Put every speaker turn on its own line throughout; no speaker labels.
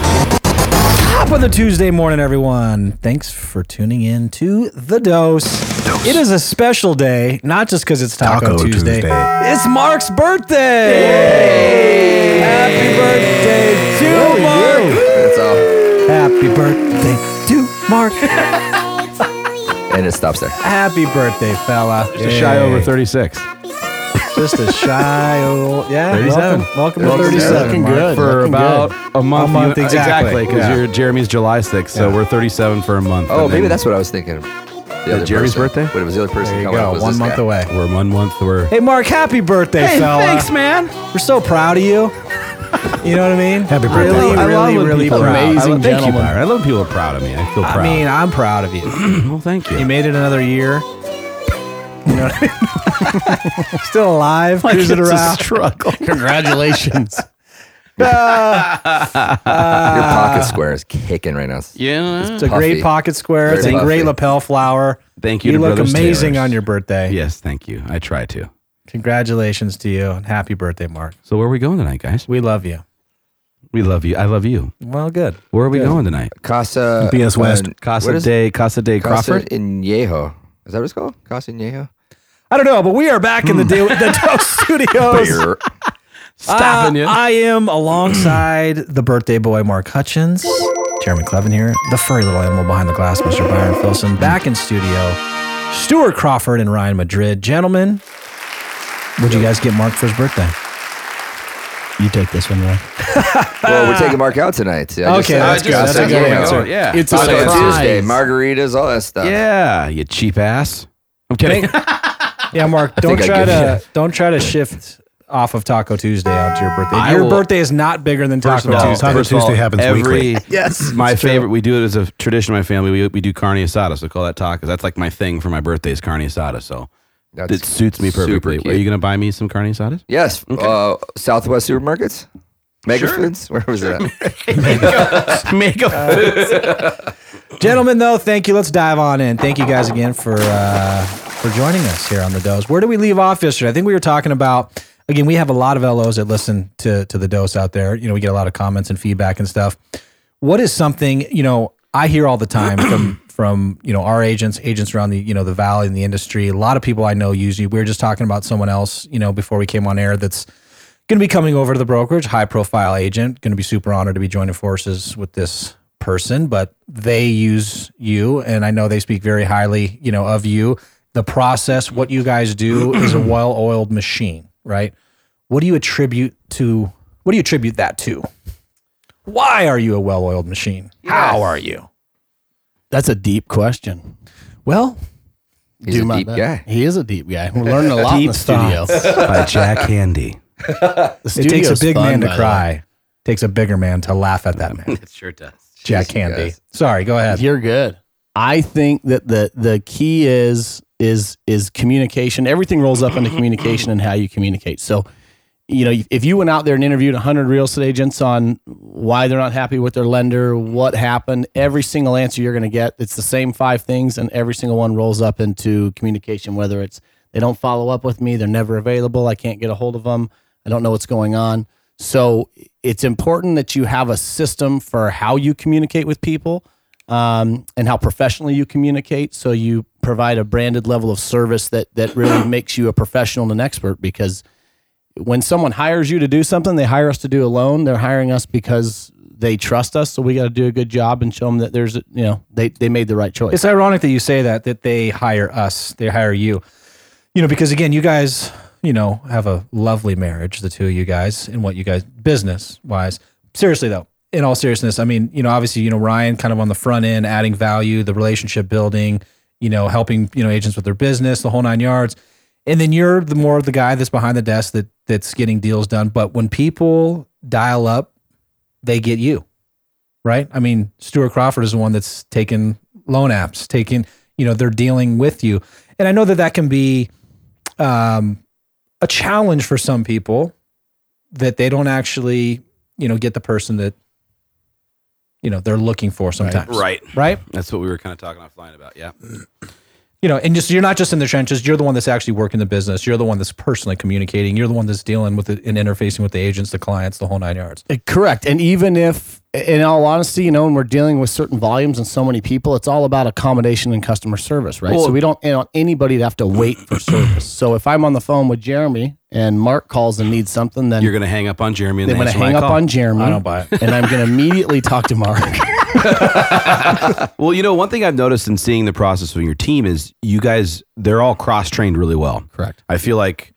Top of the Tuesday morning, everyone. Thanks for tuning in to The Dose.
Dose.
It is a special day, not just because it's Taco,
Taco
Tuesday.
Tuesday.
It's Mark's birthday. Happy birthday to Mark.
That's all.
Happy birthday to Mark.
And it stops there.
Happy birthday, fella. Just
Just shy over 36.
Just a shy old. Yeah,
37.
Welcome, welcome to
Looking-
37.
looking
Mark.
good.
For
Looking
about a month.
A month,
you-
exactly.
Because
Yeah.
you're Jeremy's July 6th, so we're 37 for a month.
Oh,
and
maybe
then
that's what I was thinking. The other
Jerry's
person.
birthday?
But it was the other person.
There you
coming up
go.
was
One
this
month
guy.
away.
We're one month. We're
Hey, Mark, happy birthday, fella.
man.
We're so proud of you. You know what I mean? Happy
I
Really,
love- I love
really,
when
really
people are
proud.
proud. I
Amazing
love, thank you,
gentleman.
Byron. I love when people are proud of me. I feel proud.
I mean, I'm proud of you.
well, thank you.
You made it another year. You know what I mean? Still alive, cruising
it's
around.
a struggle. Congratulations.
Your pocket square is kicking right now.
yeah.
It's a great
puffy.
pocket square. It's a
Very
great
puffy.
lapel flower.
Thank you
You
to
look
Brothers
amazing
Taylors.
on your birthday.
Yes, thank you. I try to.
Congratulations to you and happy birthday, Mark.
So where are we going tonight, guys?
We love you.
We love you. I love you.
Well, good.
Where are we going tonight?
Casa.
BS West.
what
Casa
is
de Casa de
Casa
Crawford.
in Yeho. Is that what it's called? Casa in Yeho?
I don't know, but we are back in the
Hmm.
do- the Dose Studios.
Beer.
Uh, I am alongside the birthday boy Mark Hutchins, Jeremy Clevin here, the furry little animal behind the glass, Mr. Byron Filson, back in studio, Stuart Crawford and Ryan Madrid. Gentlemen, what'd you guys get Mark for his birthday?
You take this one, Ray.
well, we're taking Mark out tonight. I
Okay,
said-
that's
I
good.
just
That's
said
a good
Yeho.
answer.
Yeah.
It's a
Taco
surprise.
Tuesday, margaritas, all that stuff.
yeah, you cheap ass. I'm kidding.
Yeah, Mark, don't
think I
try to
give
don't try to shift off of Taco Tuesday onto your birthday.
I
your
will-
birthday is not bigger than Taco
First of all,
Tuesday.
Taco
first of all,
Tuesday happens
every,
weekly.
Yes, my favorite. We do it as a tradition in my family. We, we do carne asada, so call that tacos. That's like my thing for my birthday is carne asada. So
That's
it suits me
super
perfectly.
cute.
Are you gonna buy me some carne asadas?
Yes. Uh, Southwest supermarkets? Mega Foods? Where was that?
Make
Uh,
a
Gentlemen, though, thank you. Let's dive on in. Thank you guys again for uh, for joining us here on the Dose. Where did we leave off yesterday? I think we were talking about again. We have a lot of LOs that listen to to the Dose out there. You know, we get a lot of comments and feedback and stuff. What is something you know? I hear all the time from from you know our agents, agents around the you know the valley and the industry. A lot of people I know use you. We were just talking about someone else you know before we came on air that's going to be coming over to the brokerage, high profile agent, going to be super honored to be joining forces with this person, but they use you and I know they speak very highly, you know, of you. The process, what you guys do is a well-oiled machine, right? What do you attribute to what do you attribute that to? Why are you a well-oiled machine? How are you?
That's a deep question. Well,
He's
do
a
my
deep
best.
guy.
He is a deep guy. We're learning a lot in
Deep
the studio.
by Jack Handy.
The
It takes a
studio's
big
fun,
man
by
to
the
cry. Takes a bigger man to laugh at that man.
It sure does.
Jack
Jeez, you
Candy.
guys.
Sorry, go
way.
ahead.
You're good. I think that the the key is is is communication. Everything rolls up into communication and how you communicate. So, you know, if you went out there and interviewed 100 real estate agents on why they're not happy with their lender, what happened, every single answer you're going to get, it's the same five things, and every single one rolls up into communication. Whether it's they don't follow up with me, they're never available, I can't get a hold of them, I don't know what's going on. So it's important that you have a system for how you communicate with people um, and how professionally you communicate. So you provide a branded level of service that that really makes you a professional and an expert because when someone hires you to do something, they hire us to do a loan. They're hiring us because they trust us. So we got to do a good job and show them that there's, a- you know, they, they made the right choice.
It's ironic that you say that that they hire us, they hire you. You know, because again, you guys, you know, have a lovely marriage, the two of you guys, and what you guys business wise. Seriously though, in all seriousness, I mean, you know, obviously, you know, Ryan kind of on the front end, adding value, the relationship building, you know, helping, you know, agents with their business, the whole nine yards. And then you're the more of the guy that's behind the desk that that's getting deals done. But when people dial up, they get you right? I mean, Stuart Crawford is the one that's taking loan apps, taking, you know, they're dealing with you. And I know that that can be um, a challenge for some people that they don't actually, you know, get the person that, you know, they're looking for sometimes.
Right.
Right.
That's what we were kind of talking offline about. Yeah.
you know, and just you're not just in the trenches. You're the one that's actually working the business. You're the one that's personally communicating. You're the one that's dealing with it and interfacing with the agents, the clients, the whole nine yards.
Uh, Correct. And even if, in all honesty, you know, when we're dealing with certain volumes and so many people, it's all about accommodation and customer service, right? so we don't want anybody to have to wait for service. So if I'm on the phone with Jeremy and Mark calls and needs something, then
You're gonna hang up on Jeremy and
then
then
I'm going to hang up on Jeremy.
I don't buy it.
And I'm going to immediately talk to Mark.
Well, you know, one thing I've noticed in seeing the process of your team is you guys they're all cross trained really well.
Correct.
I feel like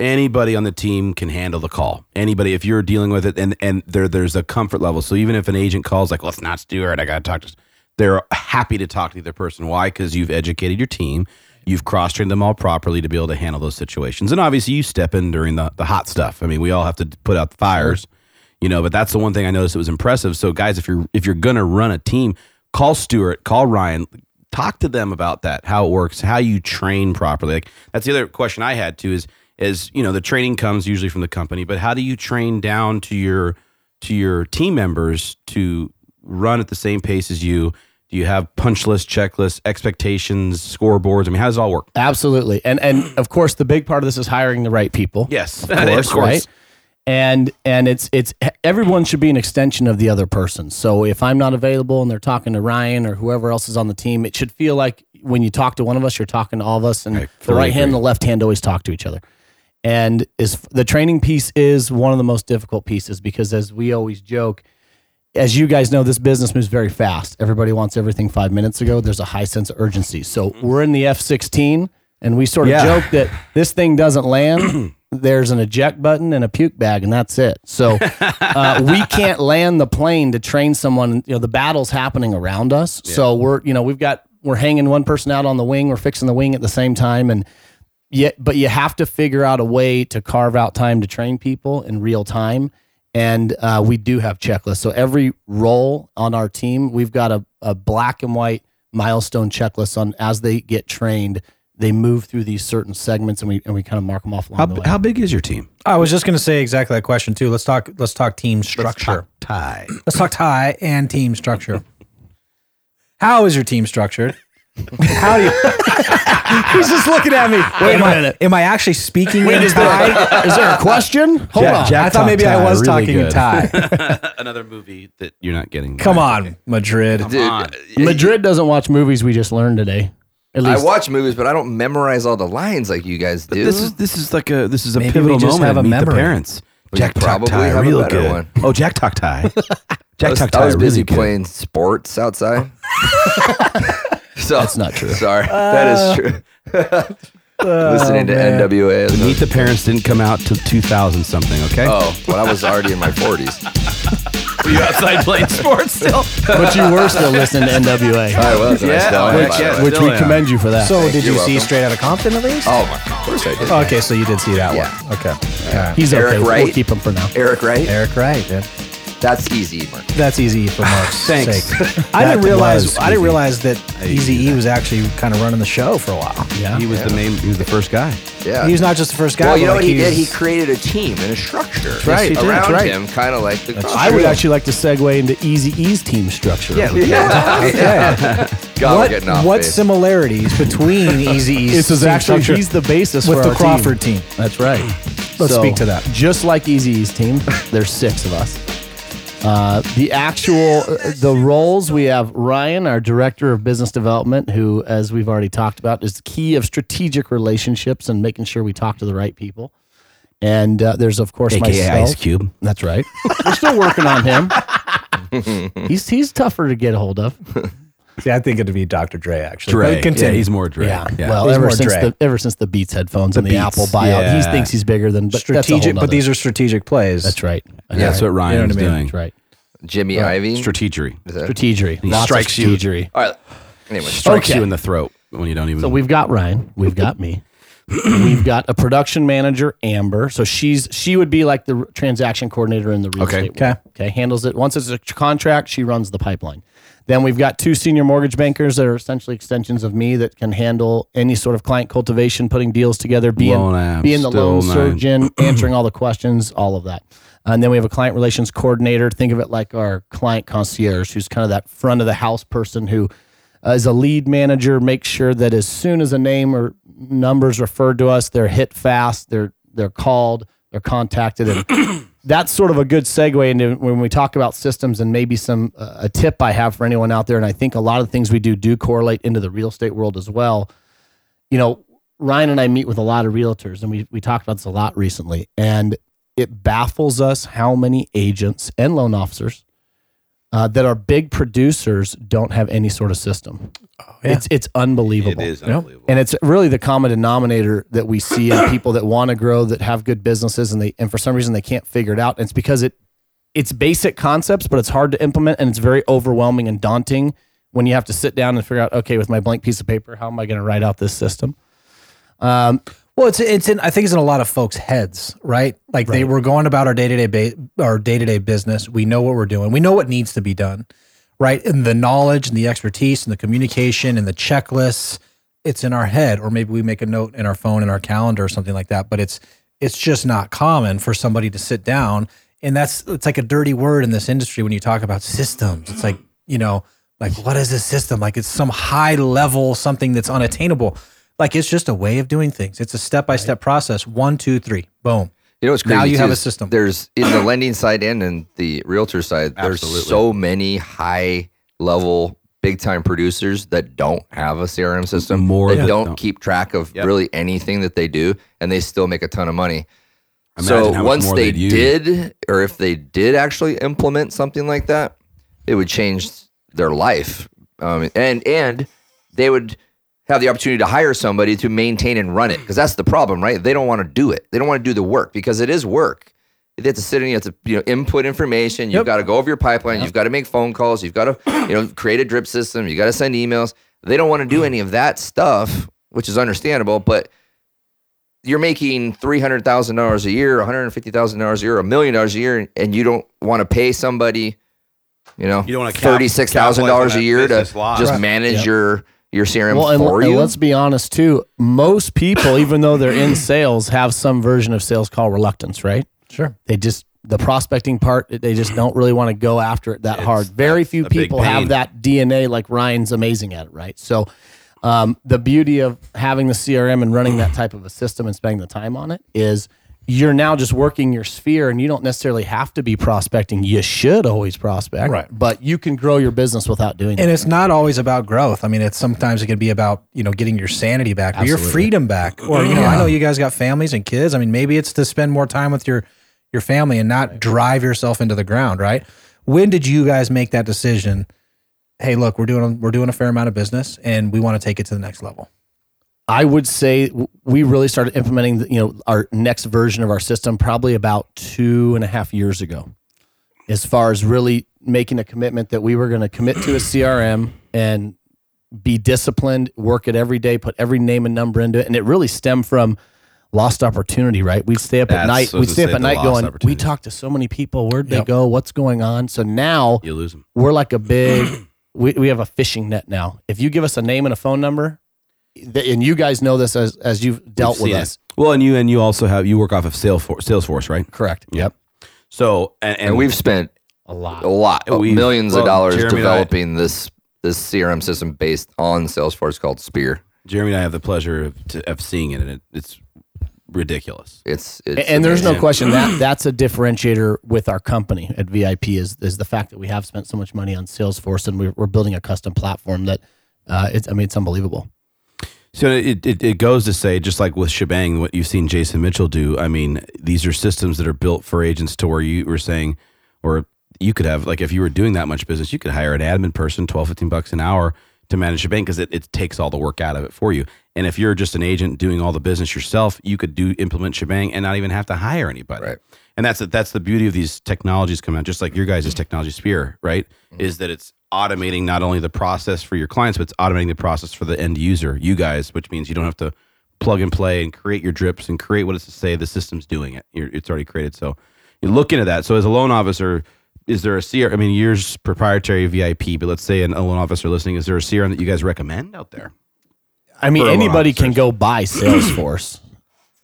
anybody on the team can handle the call. Anybody, if you're dealing with it, and and there there's a comfort level. So even if an agent calls like, "Let's not do it," I got to talk to. They're happy to talk to the other person. Why? Because you've educated your team. You've cross trained them all properly to be able to handle those situations. And obviously, you step in during the the hot stuff. I mean, we all have to put out the fires. You know, but that's the one thing I noticed that was impressive. So guys, if you're if you're gonna run a team, call Stuart, call Ryan, talk to them about that, how it works, how you train properly. Like that's the other question I had too is is you know the training comes usually from the company, but how do you train down to your to your team members to run at the same pace as you? Do you have punch lists, checklists, expectations, scoreboards? I mean, how does it all work?
Absolutely. And, and of course, the big part of this is hiring the right people.
Yes,
of course, right? And and it's it's everyone should be an extension of the other person. So if I'm not available and they're talking to Ryan or whoever else is on the team, it should feel like when you talk to one of us, you're talking to all of us, and the
fully
right hand and
agree.
the left hand always talk to each other. And is the training piece is one of the most difficult pieces because as we always joke, as you guys know, this business moves very fast. Everybody wants everything five minutes ago. There's a high sense of urgency. So we're in the F 16, and we sort of
Yeah.
joke that this thing doesn't land. There's an eject button and a puke bag, and that's it. So uh, we can't land the plane to train someone. You know, the battle's happening around us. So we're, you know, we've got, we're hanging one person out on the wing, we're fixing the wing at the same time. And yet but you have to figure out a way to carve out time to train people in real time and uh, we do have checklists so every role on our team we've got a, a black and white milestone checklist on as they get trained they move through these certain segments and we and we kind of mark them off along the
How,
way
how big is your team?
I was just going to say exactly that question too. Let's talk. Let's talk team structure.
Tie.
Let's talk, tie and team structure. How is your team structured? How do you? He's just looking at me. Wait
a
am
minute.
I, am I actually speaking in tie?
is there a question hold
Yeah,
on
I thought
talked
maybe I
Ty
was
really
talking in
good.
tie.
Another movie that you're not getting.
Come on, Madrid.
Dude,
on.
madrid doesn't watch movies we just learned today at
I
least
watch movies, but I don't memorize all the lines like you guys do.
This is this is like a this is a
Maybe we
pivotal
just
moment.
have
of
a
meet
memory.
the parents.
We probably have a better one.
Oh, Jack Talk Tie.
I
Jack
was,
Talk
I
Tie.
was busy
really good.
playing sports outside. so, That's
not true.
Sorry, that is true. Listening to NWA. as a-
Meet the Parents didn't come out till 2000 something. Okay.
oh, when I was already in my forties.
Were you outside playing sports still?
but you were still listening to nwa
I was. and I
Yeah,
still am,
which-
by the
yeah,
way.
which
Still
we
am.
commend you for that
So, did
you're
you see
welcome.
Straight Out of Compton at least?
Oh my, of course I did.
Okay, so you did see that
Yeah.
one. Okay. All right.
he's
Eric
okay we'll
Wright.
keep him for now
Eric Wright.
Eric Wright, dude.
That's easy, Mark.
That's Easy for Mark's
Thanks.
sake. I didn't
That
realize
was
I didn't realize that Easy E was actually kind of running the show for a while.
yeah
He was the main. He was the first guy.
Yeah.
He was not just the first guy.
well, you
but
know
like
what he did? He
was-
created a team and a structure
right, he did,
around
that's right.
him, kind of like the.
I would actually like to segue into Easy E's team structure.
Yeah. God, we're getting
what
off
what
base.
similarities between Easy E's
this is
team
actually
structure
he's the basis
with
for
the
our
Crawford
team.
team?
That's right.
Let's speak to that.
Just like Easy E's team, there's six of us. Uh, the actual uh, the roles we have Ryan, our director of business development, who, as we've already talked about, is the key of strategic relationships and making sure we talk to the right people. And uh, there's of course myself.
Cube.
That's right. We're still working on him. he's he's tougher to get a hold of.
See, I think it'd be Dr. Dre actually.
Dre.
But continue.
Yeah, he's more Dre.
Yeah.
yeah.
Well,
He's
ever
more
since
Dre.
the ever since the Beats headphones and the
Beats,
Apple buyout, he
yeah.
thinks he's bigger than but
strategic, but these
are
are strategic plays.
that's right. That's
that's what Ryan's
You know what I
doing.
That's right.
Jimmy Ivy.
Strategery.
Is that-
Strategery. He
strikes you.
strategery.
All right. Anyway,
Strikes
Okay.
you in the throat when you don't even.
So we've got Ryan. We've got me. we've got a production manager, Amber. So she's she would be like the r- transaction coordinator in the real
Okay.
estate. world. Okay. Handles it once it's a tr- contract. She runs the pipeline. Then we've got two senior mortgage bankers that are essentially extensions of me that can handle any sort of client cultivation, putting deals together, being
Loan apps,
being the loan
still mine.
surgeon, answering all the questions, all of that. And then we have a client relations coordinator. Think of it like our client concierge, who's kind of that front of the house person who as a lead manager, make sure that as soon as a name or numbers referred to us, they're hit fast, they're they're called, they're contacted, and that's sort of a good segue into when we talk about systems and maybe some uh, a tip I have for anyone out there. And I think a lot of the things we do do correlate into the real estate world as well. You know, Ryan and I meet with a lot of realtors, and we we talked about this a lot recently, and it baffles us how many agents and loan officers uh, that are big producers don't have any sort of system.
yeah.
It's it's unbelievable.
It is unbelievable.
And it's really the common denominator that we see in people that want to grow, that have good businesses, and they and for some reason they can't figure it out. And it's because it it's basic concepts, but it's hard to implement, and it's very overwhelming and daunting when you have to sit down and figure out, okay, with my blank piece of paper, how am I going to write out this system?
Well, it's it's in I think it's in a lot of folks' heads, right? Like they were going about our day to day our day to day business. We know what we're doing. We know what needs to be done, right? And the knowledge and the expertise and the communication and the checklists, it's in our head, or maybe we make a note in our phone in our calendar or something like that. But it's it's just not common for somebody to sit down, and that's it's like a dirty word in this industry when you talk about systems. It's like you know, like what is this system? Like it's some high level something that's unattainable. Like it's just a way of doing things. It's a step by step process. One, two, three, boom.
You know what's crazy?
Now you
too
have a
is
system.
There's in the lending side and in the realtor side. There's
Absolutely.
so many high level, big time producers that don't have a CRM system.
More
that
than-
don't
don't.
keep track of
Yep.
really anything that they do, and they still make a ton of money.
Imagine how
so
much
once
more
they
they'd use.
did, or if they did actually implement something like that, it would change their life, um, and and they would have the opportunity to hire somebody to maintain and run it because that's the problem, right? They don't want to do it. They don't want to do the work because it is work. They have to sit in, you have to you know input information. You've
Yep.
got to go over your pipeline. You've got to make phone calls. You've got to you know create a drip system. You got to send emails. They don't want to do any of that stuff, which is understandable, but you're making three hundred thousand dollars a year, one hundred fifty thousand dollars a year, a million dollars a year, and you don't want to pay somebody, you know,
You don't wanna cap-
thirty six thousand dollars
capitalize on that
a year to
business loss.
just
Right.
manage
Yep.
your your CRM
and,
for
and
you.
let's be honest too. Most people, even though they're in sales, have some version of sales call reluctance, right?
Sure.
They just the prospecting part, they just don't really want to go after it that hard. Very few
a big
people have
pain.
that DNA like Ryan's amazing at it, right? So um, the beauty of having the CRM and running that type of a system and spending the time on it is you're now just working your sphere and you don't necessarily have to be prospecting. You should always prospect,
Right.
but you can grow your business without doing
And
that.
it's not always about growth. I mean, it's sometimes it can be about, you know, getting your sanity back or your freedom back. Or, you know, I know you guys got families and kids. I mean, maybe it's to spend more time with your your family and not drive yourself into the ground, right? When did you guys make that decision? Hey, look, we're doing we're doing a fair amount of business and we want to take it to the next level.
I would say w- we really started implementing, the, you know, our next version of our system probably about two and a half years ago, as far as really making a commitment that we were going to commit to a CRM and be disciplined, work it every day, put every name and number into it, and it really stemmed from lost opportunity. Right? We'd stay up
That's-
at night.
I was
We'd
gonna
stay up
say
at
the
night
lost
going, "We
opportunity.
talked to so many people. Where'd they
Yep.
go? What's going on?" So now
you lose them.
we're like a big we, we have a fishing net now if you give us a name and a phone number th- and you guys know this as as you've dealt
We've
with
seen
us
it. Well, and you and you also have you work off of Salesforce, Salesforce, right?
correct
Yep. So and,
and we've spent
a lot
a lot, uh,
We've-
millions
well,
of dollars
Jeremy and I-
developing this this CRM system based on Salesforce called Spear.
Jeremy and I have the pleasure of, to, of seeing it, and it, it's ridiculous.
It's,
A-
it's
and, there's no
amazing.
question that that's a differentiator with our company at vip is is the fact that we have spent so much money on salesforce and we're, we're building a custom platform that uh, it's i mean it's unbelievable
So it, it, it goes to say, just like with Shebang, what you've seen Jason Mitchell do. I mean, these are systems that are built for agents to where you were saying, or you could have, like, if you were doing that much business, you could hire an admin person, 12, 15 bucks an hour to manage Shebang because it, it takes all the work out of it for you. And if you're just an agent doing all the business yourself, you could do implement Shebang and not even have to hire anybody.
Right.
And that's that's the beauty of these technologies coming out, just like your guys' technology sphere, right? Is that it's automating not only the process for your clients, but it's automating the process for the end user, you guys, which means you don't have to plug and play and create your drips and create what it's to say the system's doing it. You're, it's already created. So you look into that. So as a loan officer, is there a CR? I mean, yours proprietary VIP, but let's say an, a loan officer listening, is there a CRM that you guys recommend out there?
i mean
For a lot of
anybody can go buy salesforce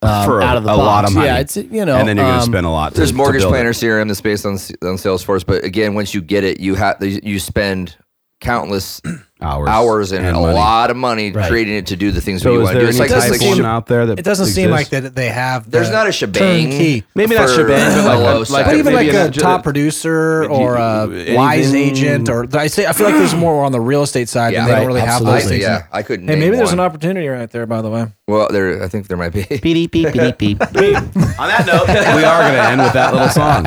um,
For a-
out of the
a lot
box.
of money.
yeah it's you know
and then you're going to
um,
spend a lot. To,
There's
to
mortgage
build it.
planner CRM that's based on on Salesforce, but again, once you get it, you have you spend countless
hours,
hours and, a
money.
lot of money
Right.
creating it to do the things we
So is
want to
there
do. It's
any
like, it's
type
like
type one out there that
It doesn't seem like
exists?
that they have. the
there's not a shebang.
turnkey.
Maybe not
for
shebang, but like-
fellow
like-
But even
maybe
like
an
a
agent-
top producer
do you-
or a
anything-
wise agent, or I say I feel like there's more on the real estate side,
Yeah,
and they
right,
don't really have
I,
those
absolutely.
things.
yeah, I couldn't.
Hey,
name
maybe there's
one.
an opportunity right there. By the way,
Well, there. I think there might be.
On that note, we are going to end with that little song.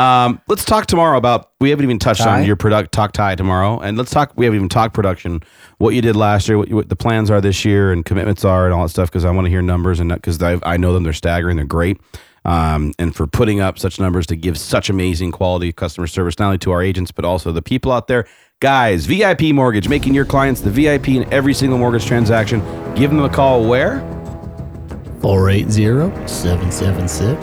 Um, let's talk tomorrow about. We haven't even touched
Ty?
on your product talk tie tomorrow, and let's talk. We haven't even talked production, what you did last year, what, you, what the plans are this year, and commitments are, and all that stuff. Because I want to hear numbers, and because I, I know them, they're staggering, they're great. Um, and for putting up such numbers to give such amazing quality customer service, not only to our agents, but also the people out there. Guys, VIP Mortgage, making your clients the VIP in every single mortgage transaction. Give them a call where?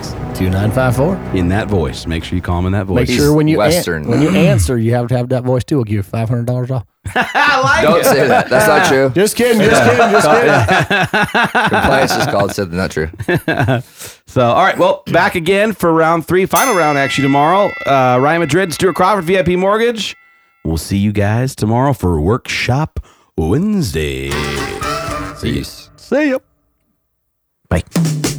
480-776-2954.
In that voice. Make sure you call them in that voice.
Make sure when you an-
Western.
when you answer, you have to have that voice too. We'll give you five hundred dollars off.
Don't say that. That's not true.
Just kidding, just kidding, just kidding.
Compliance is called said not true.
So, all right, well, back again for round three, final round actually tomorrow. Uh, Ryan Madrid, Stuart Crawford, VIP Mortgage. We'll see you guys tomorrow for Workshop Wednesday.
Peace.
See ya.
Bye.